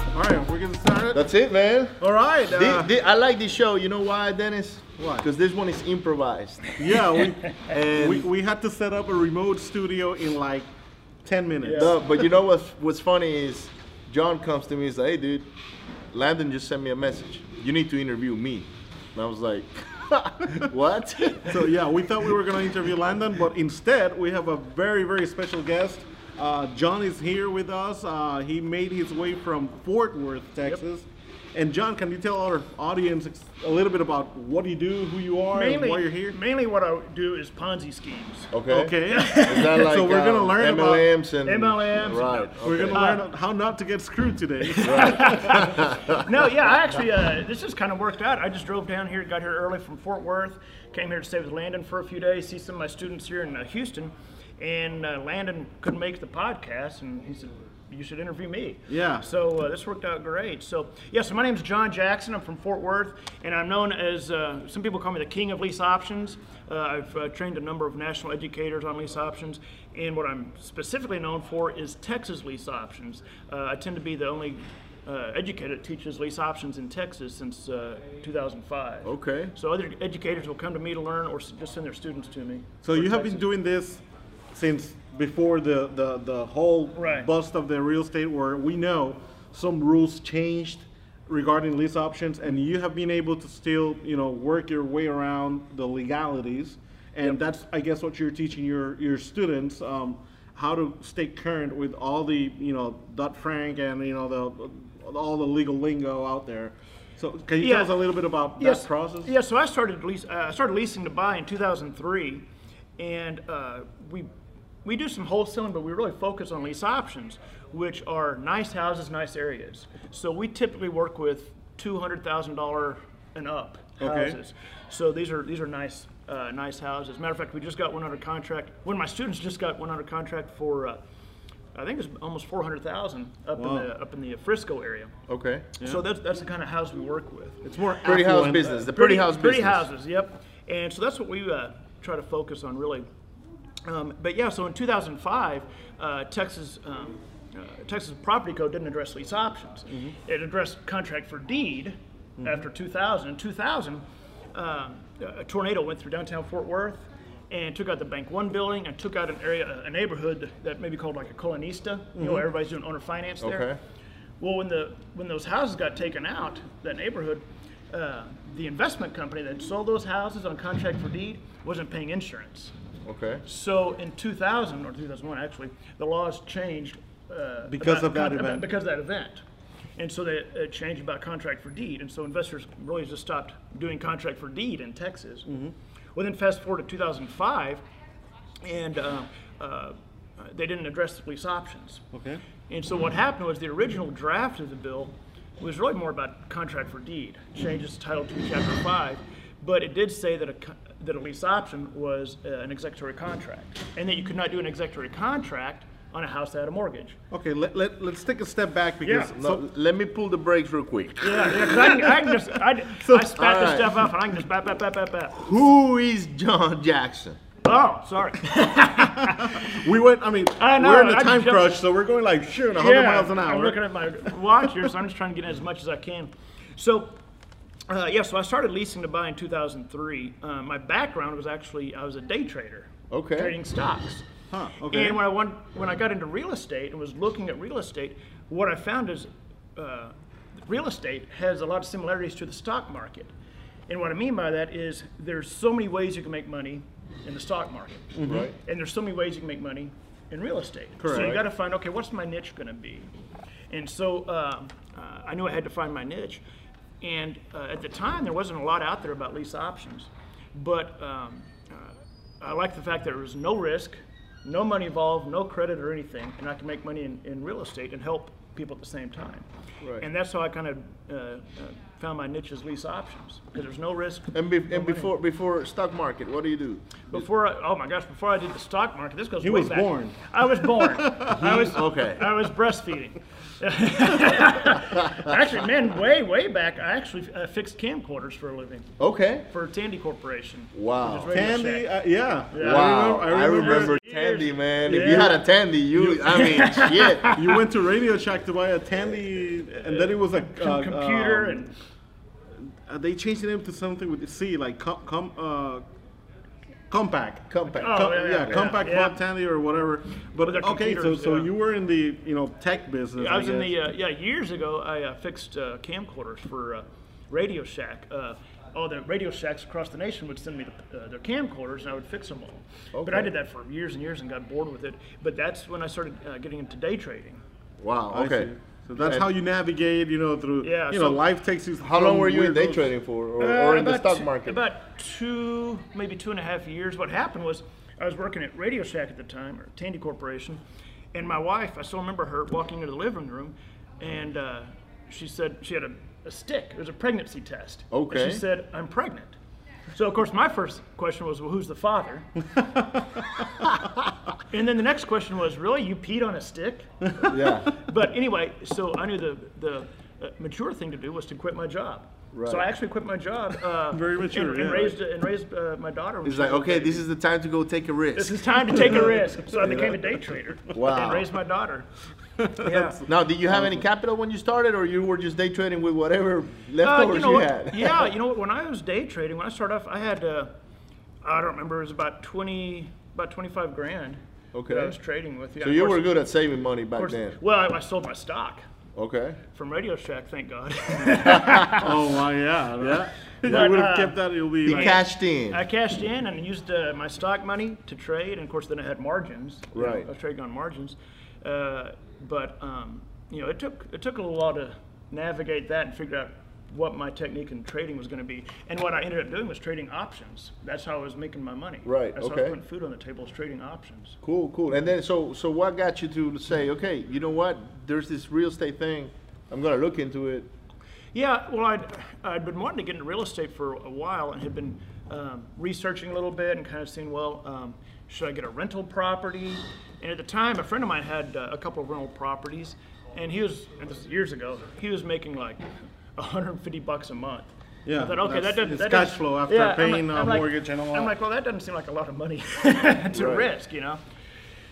getting started? That's it, man. All right. Thi- uh, thi- I like this show. You know why, Dennis? Why? Because this one is improvised. yeah, we, And we, we had to set up a remote studio in like 10 minutes. No, but you know what's what's funny is John comes to me. He's like, "Hey, dude, Landon just sent me a message. You need to interview me." And I was like, "What?" So yeah, we thought we were going to interview Landon, but instead we have a very, very special guest. Uh, John is here with us. Uh, he made his way from Fort Worth, Texas. And John, can you tell our audience ex- a little bit about what you do, who you are, mainly, and why you're here? mainly what I do is Ponzi schemes. okay. Okay. Is that like so we're uh, gonna learn about MLMs and MLMs. Right. we're okay. gonna learn how not to get screwed today. No, yeah, I actually uh, this just kind of worked out. I just drove down here, got here early from Fort Worth, came here to stay with Landon for a few days, see some of my students here in uh, Houston, and uh, Landon couldn't make the podcast, and he said. You should interview me. Yeah. So uh, this worked out great. So yeah. So my name's John Jackson. I'm from Fort Worth, and I'm known as uh, some people call me the king of lease options. Uh, I've uh, trained a number of national educators on lease options, and what I'm specifically known for is Texas lease options. Uh, I tend to be the only uh, educator that teaches lease options in Texas since uh, 2005. Okay. So other educators will come to me to learn, or s- just send their students to me. So for you have been Texas. doing this since before the, the, the whole Right. bust of the real estate where we know some rules changed regarding lease options and you have been able to still, you know, work your way around the legalities. And that's I guess what you're teaching your, your students, um, how to stay current with all the, you know, Dodd Frank and you know the all the legal lingo out there. So can you Yeah. tell us a little bit about that process? Yeah, so I started lease, uh, I started leasing to buy in 2003, and uh, we we do some wholesaling, but we really focus on lease options, which are nice houses, nice areas. So we typically work with $200,000 and up Okay. houses. So these are these are nice uh, nice houses. Matter of fact, we just got one under contract. One of my students just got one under contract for. Uh, I think it's almost 400,000 up Wow. in the up in the Frisco area. Okay. So that's that's the kind of house we work with. It's more Pretty house affluent, business. The pretty, house business. Pretty houses, yep. And so that's what we uh, try to focus on, really. Um, but yeah, so in 2005, uh, Texas um, uh, Texas Property Code didn't address lease options. It addressed contract for deed after 2000. In 2000, um, a tornado went through downtown Fort Worth and took out the Bank One building and took out an area, a neighborhood that may be called like a colonista. You know, everybody's doing owner finance there. Okay. Well, when the when those houses got taken out, that neighborhood, uh, the investment company that sold those houses on contract for deed wasn't paying insurance. Okay. So in 2000 or 2001, actually, the laws changed uh, Because of that about- event. Because of that event, and so they uh, changed about contract for deed, and so investors really just stopped doing contract for deed in Texas. Mm-hmm. Well, then fast forward to 2005, and uh, uh, they didn't address lease options. Okay. And so what happened was the original draft of the bill was really more about contract for deed, changes to Title II, Chapter 5, but it did say that a, co- that a lease option was uh, an executory contract, and that you could not do an executory contract on a house that had a mortgage. Okay, let, let, let's take a step back because Yeah. so- No, let me pull the brakes real quick. Yeah, yeah, 'cause I can, I can just, I, So- I spat this Alright. stuff up, and I can just bap, bap, bap, bap, bap. Who is John Jackson? Oh, sorry. we went, I mean, I know, we're in a I time jumped- crunch, so we're going like, shoot, 100 miles an I'm hour. looking at my watch here, so I'm just trying to get in as much as I can. So, uh, yeah, so I started leasing to buy in 2003. Uh, my background was actually I was a day trader, Okay. trading stocks. Huh, okay. And when I went, when I got into real estate and was looking at real estate, what I found is uh, real estate has a lot of similarities to the stock market. And what I mean by that is there's so many ways you can make money in the stock market. Right. Mm-hmm. And there's so many ways you can make money in real estate. So you Correct. got to find okay, what's my niche going to be? And so um, uh, I knew I had to find my niche. And uh, at the time, there wasn't a lot out there about lease options, but um, uh, I liked the fact that there was no risk, no money involved, no credit or anything, and I could make money in, in real estate and help people at the same time. Right. And that's how I kind of uh, uh, found my niche as lease options because there's no risk, And, be- and before before stock market, what do you do? before I, oh my gosh, before I did the stock market, this goes. He way was back. born. I was born. I was okay. I was breastfeeding. actually, man, way way back, I actually uh, fixed camcorders for a living Okay. for Tandy Corporation. Wow. which is Radio Tandy, Shack. uh, yeah. Wow, I remember. I remember. Tandy, man. If Yeah. you had a Tandy, you, I mean, shit. you went to Radio Shack to buy a Tandy and then it was a Com- computer um, and uh, they changed the name to something with C, like com, com uh, compact. Compact. Oh, Com- yeah, yeah, yeah, yeah. compact Yeah. Montana or whatever. But With their okay, so computers, so yeah. you were in the you know tech business. I was in the guess. uh, yeah years ago. I uh, fixed uh, camcorders for uh, Radio Shack. Uh, all the Radio Shacks across the nation would send me the, uh, their camcorders, and I would fix them all. But I Okay. did that for years and years, and got bored with it. But that's when I started uh, getting into day trading. Wow. I see. Okay. So that's And how you navigate, you know, through. uh, Yeah, You know, so- life takes you. How long from were you in weird day those- trading for, or, Uh, or in the about stock t- market? About two, maybe two and a half years. What happened was I was working at Radio Shack at the time, or Tandy Corporation, and my wife, I still remember her walking into the living room, and uh, she said she had a, a stick. It was a pregnancy test. And Okay. she said, I'm pregnant. So, of course, my first question was, well, who's the father? and then the next question was, really? You peed on a stick? yeah. But anyway, so I knew the the uh, mature thing to do was to quit my job. So I Right. actually quit my job. Uh, Very mature, And, and yeah. raised and raised uh, my daughter. when It's she like, was a okay, baby. this is the time to go take a This risk. is time to take a risk. So I became know? a day trader Wow. and raised my daughter. Yeah. Uh, Now, did you have any capital when you started, or you were just day trading with whatever Uh, leftovers you you, know what? had? yeah, you know what? When I was day trading, when I started off, I had uh, I don't remember. It was about twenty, about twenty-five grand. Okay. That I was trading with. Yeah, So of you course- were good at saving money of back course- then. Well, I, I sold my stock Okay. from Radio Shack. Thank God. Oh my yeah, yeah. But, you would have uh, kept that. It'll be You like, cashed in. I cashed in and used uh, my stock money to trade, and of course, then I had margins. you know, Right. I was trading on margins, uh, but um, you know, it took it took a little while to navigate that and figure out what my technique in trading was going to be. And what I ended up doing was trading options. That's how I was making my money. Right, That's how I okay. was putting food on the table, was trading options. Cool, cool. And then, so, so what got you to say, okay, you know what? There's this real estate thing. I'm gonna look into it. Yeah, well, I'd, I'd been wanting to get into real estate for a while and had been um, researching a little bit and kind of seeing, well, um, should I get a rental property? And at the time, a friend of mine had uh, a couple of rental properties, and he was, and this is years ago, he was making like 150 bucks a month. Yeah, I thought, okay, that that's- doesn't. it's that cash doesn't- flow after yeah, I'm paying, like- uh, I'm like- mortgage and all I'm that. like, well, that doesn't seem like a lot of money to Right. risk, you know.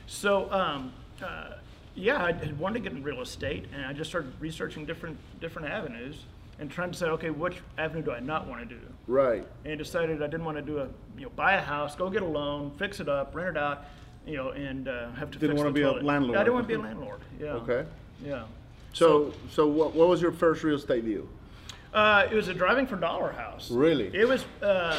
So, um, uh, yeah, I had wanted to get in real estate, and I just started researching different different avenues and trying to say, okay, which avenue do I not want to do? Right. And decided I didn't want to do a, you know, buy a house, go get a loan, fix it up, rent it out, you know, and uh, have to Didn't fix wanna the be a toilet. landlord. Yeah, I didn't want to be a landlord. Yeah. Okay. Yeah. So, so what, what was your first real estate deal? Uh, it was a driving for dollar house. Really? It was. Uh,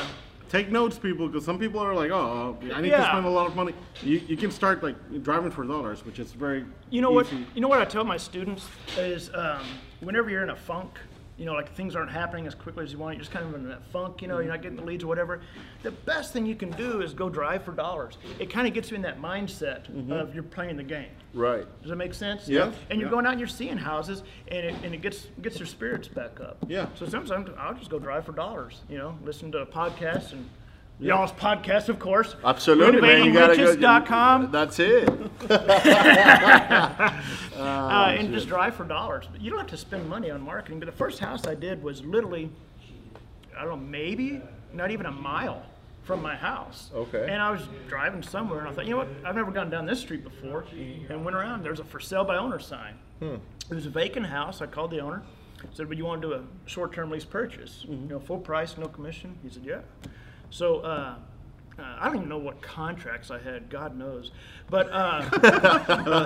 Take notes, people, because some people are like, "Oh, I need to Yeah. spend a lot of money." You, you can start like driving for dollars, which is very You know what? easy. You know what I tell my students is um, whenever you're in a funk, you know, like things aren't happening as quickly as you want, you're just kind of in that funk, you know, you're not getting the leads or whatever. The best thing you can do is go drive for dollars. It kind of gets you in that mindset Mm-hmm. of you're playing the game. Right. Does that make sense? Yeah. And you're Yeah. going out and you're seeing houses, and it, and it gets gets your spirits back up. Yeah. So sometimes I'll just go drive for dollars. You know, listen to podcasts and y'all's podcasts, of course. Absolutely, man. You gotta go. Renovatingriches.com. That's it. uh, and just drive for dollars. But you don't have to spend money on marketing. But the first house I did was literally, I don't know, maybe not even a mile from my house. Okay. And I was driving somewhere, and I thought, you know what? I've never gone down this street before, and went around. There's a for sale by owner sign. It was a vacant house. I called the owner. Said, "Would you want to do a short-term lease purchase? You know, full price, no commission." He said, "Yeah." So. Uh, uh, I don't even know what contracts I had. God knows, but uh,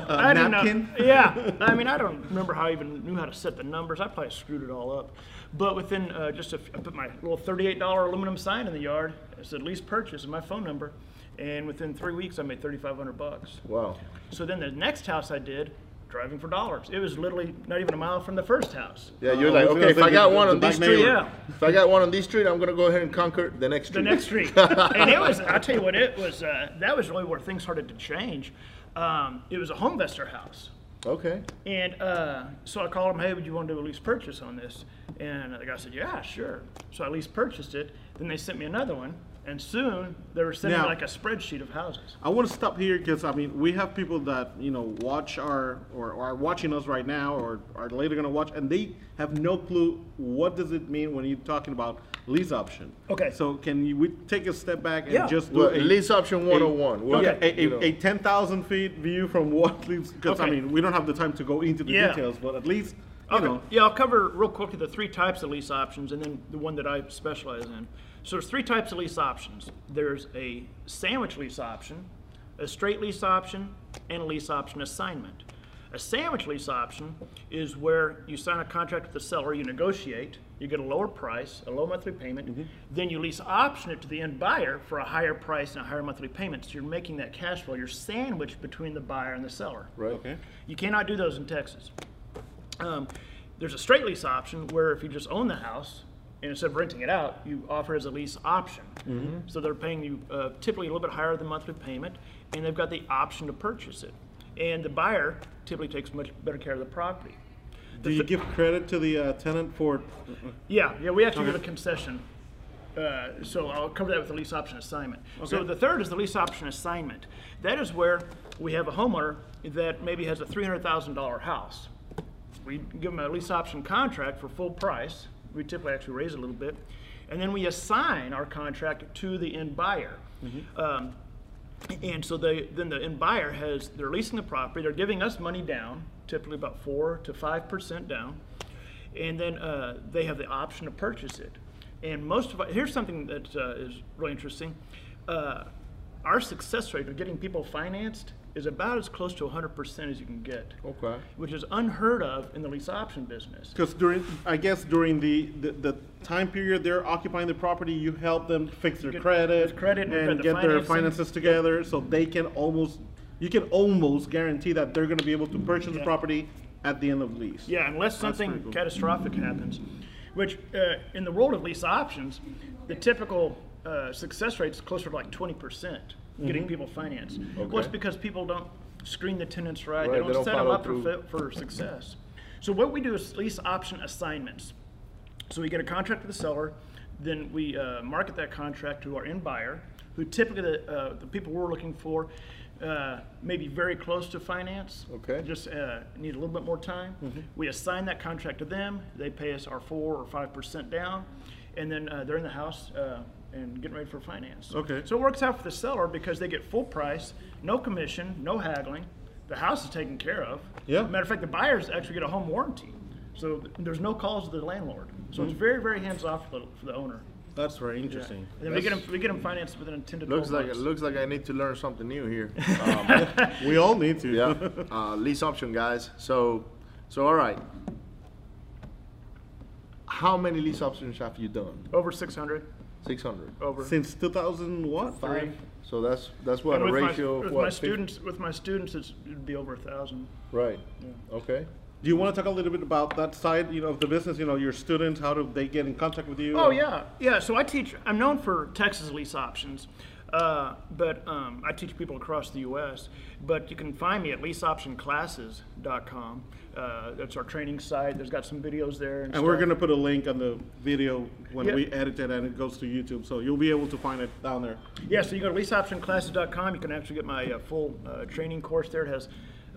I didn't know- napkin? yeah, I mean, I don't remember how I even knew how to set the numbers. I probably screwed it all up. But within uh, just a, f- I put my little thirty-eight dollar aluminum sign in the yard. It said lease purchase and my phone number, and within three weeks I made thirty-five hundred bucks. Wow. So then the next house I did, driving for dollars. It was literally not even a mile from the first house. Yeah, you're Uh, like, I was okay, if gonna I say got the- one the on this back street, neighbor. Yeah. if I got one on this street, I'm gonna go ahead and conquer the next the street. next street. and it was, I'll tell you what, it was, uh, that was really where things started to change. Um, it was a home investor house. Okay. And uh, so I called him, hey, would you want to do a lease purchase on this? And the guy said, yeah, sure. So I lease purchased it. Then they sent me another one. And soon they were sending me Now- like a spreadsheet of houses. I want to stop here because I mean we have people that you know watch our or, or are watching us right now or are later gonna watch and they have no clue what does it mean when you're talking about lease option. Okay. So can you, we take a step back and Yeah. just do Well, a, lease option 101. Well, yeah, a, you know. a, a ten thousand feet view from what leaves because I Okay. mean we don't have the time to go into the Yeah. details, but at least you Okay. know. Yeah, I'll cover real quickly the three types of lease options and then the one that I specialize in. So there's three types of lease options. There's a sandwich lease option, a straight lease option, and a lease option assignment. A sandwich lease option is where you sign a contract with the seller, you negotiate, you get a lower price, a low monthly payment, then you lease option it to the end buyer for a higher price and a higher monthly payment. So you're making that cash flow. You're sandwiched between the buyer and the seller. Right. Okay. You cannot do those in Texas. Um, there's a straight lease option where if you just own the house and instead of renting it out, you offer as a lease option. So they're paying you uh, typically a little bit higher than monthly payment, and they've got the option to purchase it. And the buyer typically takes much better care of the property. Do you give credit to the uh, tenant for? Yeah, yeah, we actually give a concession. Uh, so I'll cover that with the lease option assignment. So Okay. the third is the lease option assignment. That is where we have a homeowner that maybe has a three hundred thousand dollar house. We give them a lease option contract for full price. We typically actually raise it a little bit, and then we assign our contract to the end buyer. Um, and so they, then the end buyer has, they're leasing the property, they're giving us money down, typically about four to five percent down. And then uh, they have the option to purchase it. And most of, our- here's something that uh, is really interesting. Uh, Our success rate of getting people financed is about as close to hundred percent as you can get, Okay. which is unheard of in the lease option business. Because during, I guess during the, the the time period they're occupying the property, you help them fix their Get- credit, get credit, we've and got the get their financing. finances together, so they can almost, you can almost guarantee that they're going to be able to purchase the Yeah. property at the end of lease. Yeah, unless something pretty cool. catastrophic happens, which uh, in the world of lease options, the typical uh, success rate is closer to like 20% getting people financed. Well, it's Mm-hmm. Okay. because people don't screen the tenants right, Right, they they don't don't set them follow up for, through. fa- for success. So, what we do is lease option assignments. So, we get a contract with the seller, then we uh, market that contract to our end buyer, who typically the, uh, the people we're looking for. Uh, maybe very close to finance Okay. just just uh, need a little bit more time. Mm-hmm. We assign that contract to them. They pay us our four or five percent down, and then uh, they're in the house uh, and getting ready for finance. Okay. So it works out for the seller because they get full price, no commission, no haggling. The house is taken care of. Yeah. Matter of fact, the buyers actually get a home warranty, so th- there's no calls to the landlord. So Mm-hmm. it's very, very hands off for the, for the owner. That's very interesting. And then we get them, we get them financed within ten to twelve Looks like months. it looks like I need to learn something new here. Um, We all need to. yeah, uh, lease option, guys. So, so all right. How many lease options have you done? Over six hundred. Six hundred. Over. Since 2000 what? Three. So that's that's what And a with my- ratio with of my, what? fif- students, with my students, it's, it'd be over a thousand. Right. Okay. Do you want to talk a little bit about that side, you know, of the business? You know, your students, how do they get in contact with you? Oh yeah, yeah. So I teach. I'm known for Texas lease options, uh, but um, I teach people across the U.S. But you can find me at leaseoptionclasses.com. Uh, that's our training site. There's got some videos there. And, And we're stuff. gonna put a link on the video when Yeah. we edit it and it goes to YouTube, so you'll be able to find it down there. Yeah, so you go to leaseoptionclasses.com. You can actually get my uh, full uh, training course there. It has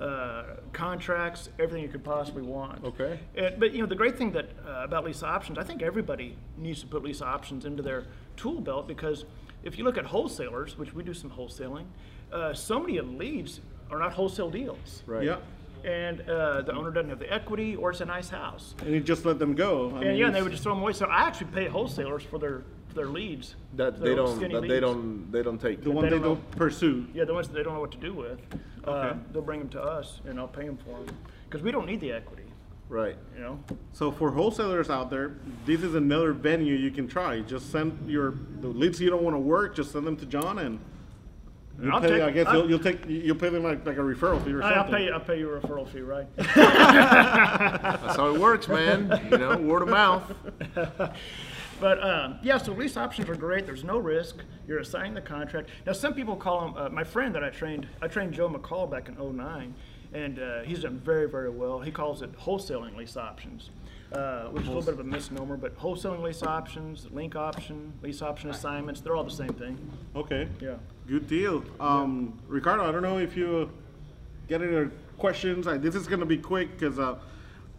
uh, contracts, everything you could possibly want. Okay. And- Uh, but you know the great thing that uh, about lease options, I think everybody needs to put lease options into their tool belt because if you look at wholesalers, which we do some wholesaling, uh, so many of the leads are not wholesale deals, Right. Yeah, and uh, the owner doesn't have the equity or it's a nice house. and you just let them go. I And yeah, and they it's- would just throw them away. So I actually pay wholesalers for their their leads. That their they don't. skinny That they leads. don't. They don't take. The one they they don't don't pursue. Yeah, the ones that they don't know what to do with, uh, Okay. they'll bring them to us, and I'll pay them for them because we don't need the equity, Right. you know. So for wholesalers out there, this is another venue you can try. Just send your, the leads you don't wanna work, just send them to John and you I'll pay, take- I guess, I'll- you'll, you'll take, you'll pay them like, like a referral fee or I- something. I'll pay you. I'll pay you a referral fee, right? That's how it works, man. You know, word of mouth. but um, yeah, so lease options are great. There's no risk. You're assigning the contract. Now, some people call him. Uh, my friend that I trained, I trained Joe McCall back in '09, and uh, he's done very, very well. He calls it wholesaling lease options. Uh, which is a little bit of a misnomer, but wholesaling lease options, link option, lease option assignments, they're all the same thing. Okay. Yeah. Good deal. Um, Ricardo, I don't know if you get any other questions. I, this is going to be quick because uh,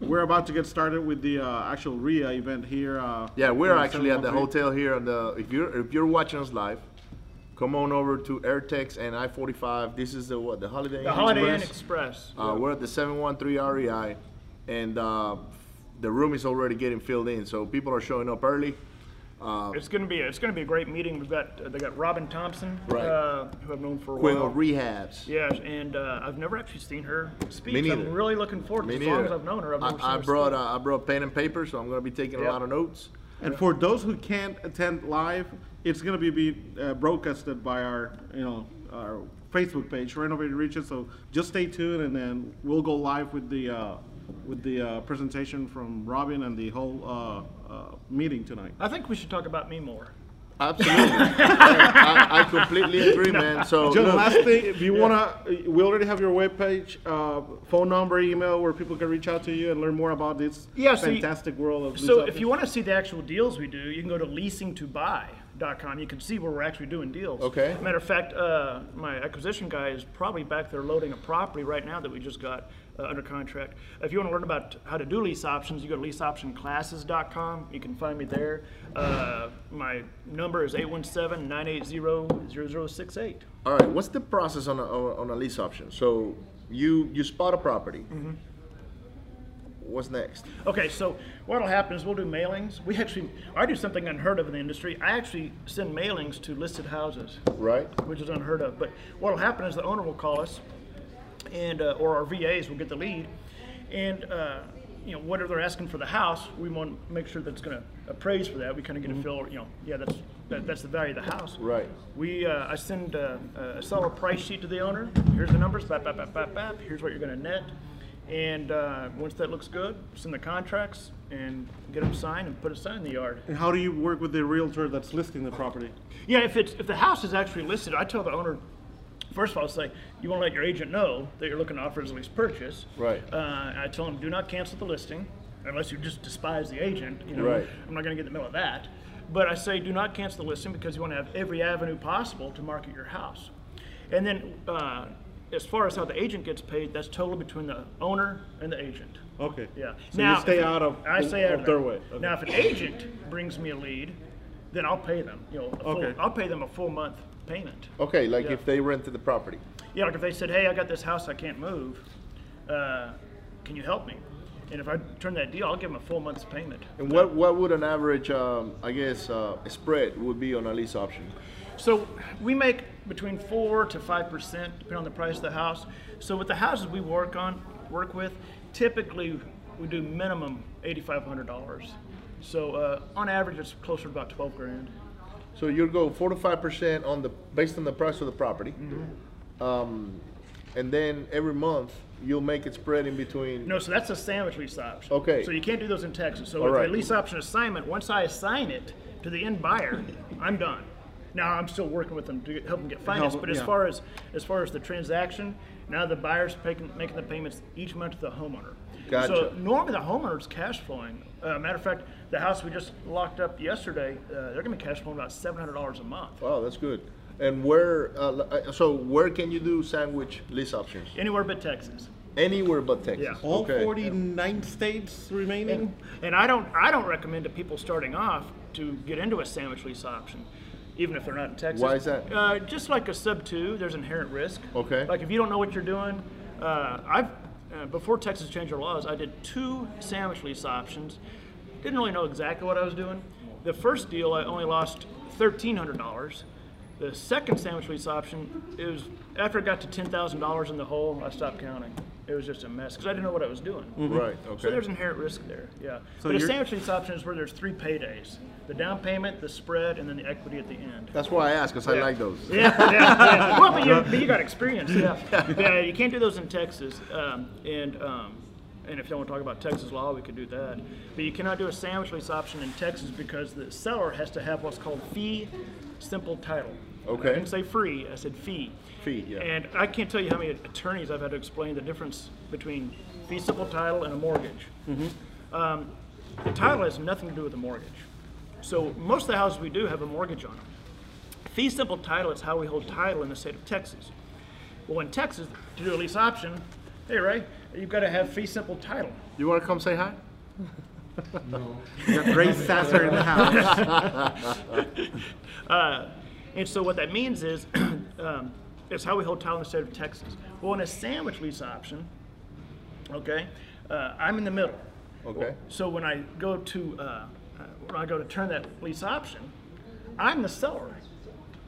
we're about to get started with the uh, actual RIA event here. Uh, Yeah, we're on actually at the 713. hotel here on the. If you're if you're watching us live, come on over to Airtex and I-45. This is the what the Holiday The Inn Holiday Inn Express? Express. Uh, We're at the 713 REI, and uh, the room is already getting filled in. So people are showing up early. Uh, It's gonna be it's gonna be a great meeting. We've got uh, they got Robin Thompson, Right. uh, who I've known for a Quill while. rehabs. Yes, and uh, I've never actually seen her speak. Me so neither. I'm really looking forward to Me it. as long as neither. I've known her. I've never seen I, I her brought speak. uh, I brought pen and paper, so I'm going to be taking a Yep. lot of notes. And for those who can't attend live, it's going to be uh, broadcasted by our, you know, our Facebook page, Renovated Riches. So just stay tuned, and then we'll go live with the uh, with the uh, presentation from Robin and the whole uh, uh, meeting tonight. I think we should talk about me more. Absolutely, I, I completely agree, man. So Just look, last thing, if you wanna, we already have your webpage, uh, phone number, email, where people can reach out to you and learn more about this Yeah, so you- fantastic world of. So if you want to see the actual deals we do, you can go to leasingtobuy.com. You can see where we're actually doing deals. Okay. Matter of fact, uh, my acquisition guy is probably back there loading a property right now that we just got uh, under contract. If you want to learn about how to do lease options, you go to leaseoptionclasses.com. You can find me there. Uh, my number is 817-980-0068. all right, what's the process on a, on a lease option? So you you spot a property. Mm-hmm. What's next? Okay, so what'll happen is we'll do mailings. We actually, I do something unheard of in the industry. I actually send mailings to listed houses. Right. which is unheard of. But what will happen is the owner will call us, and uh, or our VAs will get the lead, and uh, you know whatever they're asking for the house, we want to make sure that's going to appraise for that. We kind of get a feel, you know, yeah, that's that, that's the value of the house. Right. We uh, I send uh, a seller price sheet to the owner. Here's the numbers. Bap bap bap bap bap. Here's what you're going to net. And uh, once that looks good, send the contracts and get them signed and put a sign in the yard. And how do you work with the realtor that's listing the property? Yeah, if it's if the house is actually listed, I tell the owner. First of all, say you want to let your agent know that you're looking to offer as a lease purchase. Right. Uh, I tell them do not cancel the listing unless you just despise the agent. You know, Right. I'm not going to get in the middle of that. But I say do not cancel the listing because you want to have every avenue possible to market your house. And then, uh, as far as how the agent gets paid, that's totally between the owner and the agent. Okay. Yeah. So you stay if- out of. I stay out of their way. Okay. Now, if an agent brings me a lead, then I'll pay them. You know, a full, Okay. I'll pay them a full month payment. Okay, like Yeah. if they rented the property. Yeah, like if they said, "Hey, I got this house, I can't move. Uh, can you help me?" And if I turn that deal, I'll give them a full month's payment. And what what would an average, um, I guess, uh, spread would be on a lease option? So we make between four to five percent, depending on the price of the house. So with the houses we work on, work with, typically we do minimum eighty-five hundred dollars. So uh, on average, it's closer to about twelve grand. So you'll go four to five percent on the based on the price of the property, Mm-hmm. um, and then every month you'll make it spread in between. No, so that's a sandwich lease option. Okay. So you can't do those in Texas. So All with right. a lease option assignment, once I assign it to the end buyer, I'm done. Now I'm still working with them to get- help them get financed, Help- but as yeah. far as as far as the transaction, now the buyer's making, making the payments each month to the homeowner. Gotcha. So normally the homeowner's cash flowing. Uh, matter of fact, the house we just locked up yesterday, uh, they're going to be cash flowing about seven hundred dollars a month. Wow, that's good. And where? Uh, li- uh, so where can you do sandwich lease options? Anywhere but Texas. Anywhere but Texas. Yeah. All Okay. forty-nine states remaining. And I don't, I don't recommend to people starting off to get into a sandwich lease option, even if they're not in Texas. Why is that? Uh, just like a sub two, there's inherent risk. Okay. Like if you don't know what you're doing, uh, I've uh, before Texas changed their laws, I did two sandwich lease options. Didn't really know exactly what I was doing. The first deal, I only lost thirteen hundred dollars. The second sandwich lease option is after it got to ten thousand dollars in the hole, I stopped counting. It was just a mess because I didn't know what I was doing. Right. So Okay. there's inherent risk there, yeah. So but a you're- sandwich lease option is where there's three paydays: the down payment, the spread, and then the equity at the end. That's why I asked, cause I Yeah. like those. Yeah, yeah, yeah. Well, but you, but you got experience, yeah. Yeah, you can't do those in Texas, um, and um, and if you want to talk about Texas law, we could do that. But you cannot do a sandwich lease option in Texas because the seller has to have what's called fee simple title. Okay. I didn't say free. I said fee. Fee, yeah. And I can't tell you how many attorneys I've had to explain the difference between fee simple title and a mortgage. Mm-hmm. Um, the title has nothing to do with the mortgage. So most of the houses we do have a mortgage on them. Fee simple title is how we hold title in the state of Texas. Well, in Texas, to do a lease option, hey Ray, you've got to have fee simple title. You wanna come say hi? Ray Sasser in the house. Uh, and so what that means is, um, it's how we hold title in the state of Texas. Well, in a sandwich lease option, okay, Uh, I'm in the middle. Okay. So when I go to uh, uh, when I go to turn that lease option, I'm the seller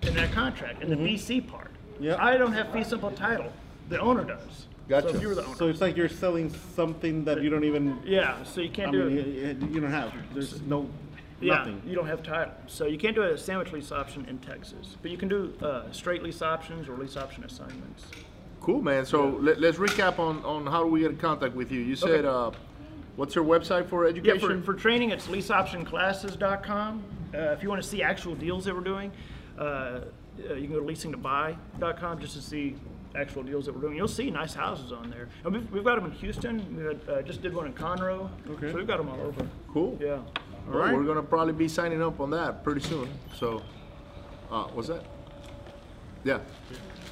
in that contract in the BC part. Mm-hmm. Yep. I don't have fee simple title. The owner does. So Gotcha. if you were the owner, So it's like you're selling something that you don't even. yeah. So you can't I do mean, it. you, you don't have. There's no. Yeah, Nothing. you don't have title, so you can't do a sandwich lease option in Texas, but you can do uh, straight lease options or lease option assignments. Cool, man. So let, us recap on, on how do we get in contact with you. You said, Okay. uh, what's your website for Yeah, education? for, for training, it's leaseoptionclasses.com. Uh, if you want to see actual deals that we're doing, uh, uh, you can go to leasingtobuy.com just to see actual deals that we're doing. You'll see nice houses on there. And we've, we've got them in Houston. We had, uh, just did one in Conroe. Okay. So we've got them all over. cool. Yeah. All right. We're gonna probably be signing up on that pretty soon. So, uh, what's that? Yeah.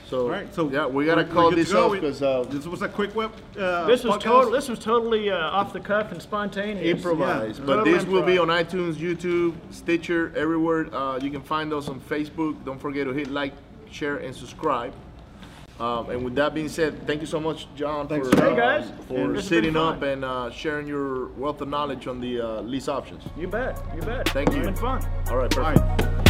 So, All right. So yeah, we gotta we're- we're call good to this go. off We- because uh, this was a quick web. Uh, This was, podcast. total, this was totally uh, off the cuff and spontaneous. improvise. Yeah, but total this will be improv. on iTunes, YouTube, Stitcher, everywhere. Uh, you can find us on Facebook. Don't forget to hit like, share, and subscribe. Um, and with that being said, thank you so much, John, Thanks, for, uh, John. Hey, guys. for This has been sitting up fun. and uh, sharing your wealth of knowledge on the uh, lease options. You bet. You bet. Thank It's you. been fun. All right, perfect. All right.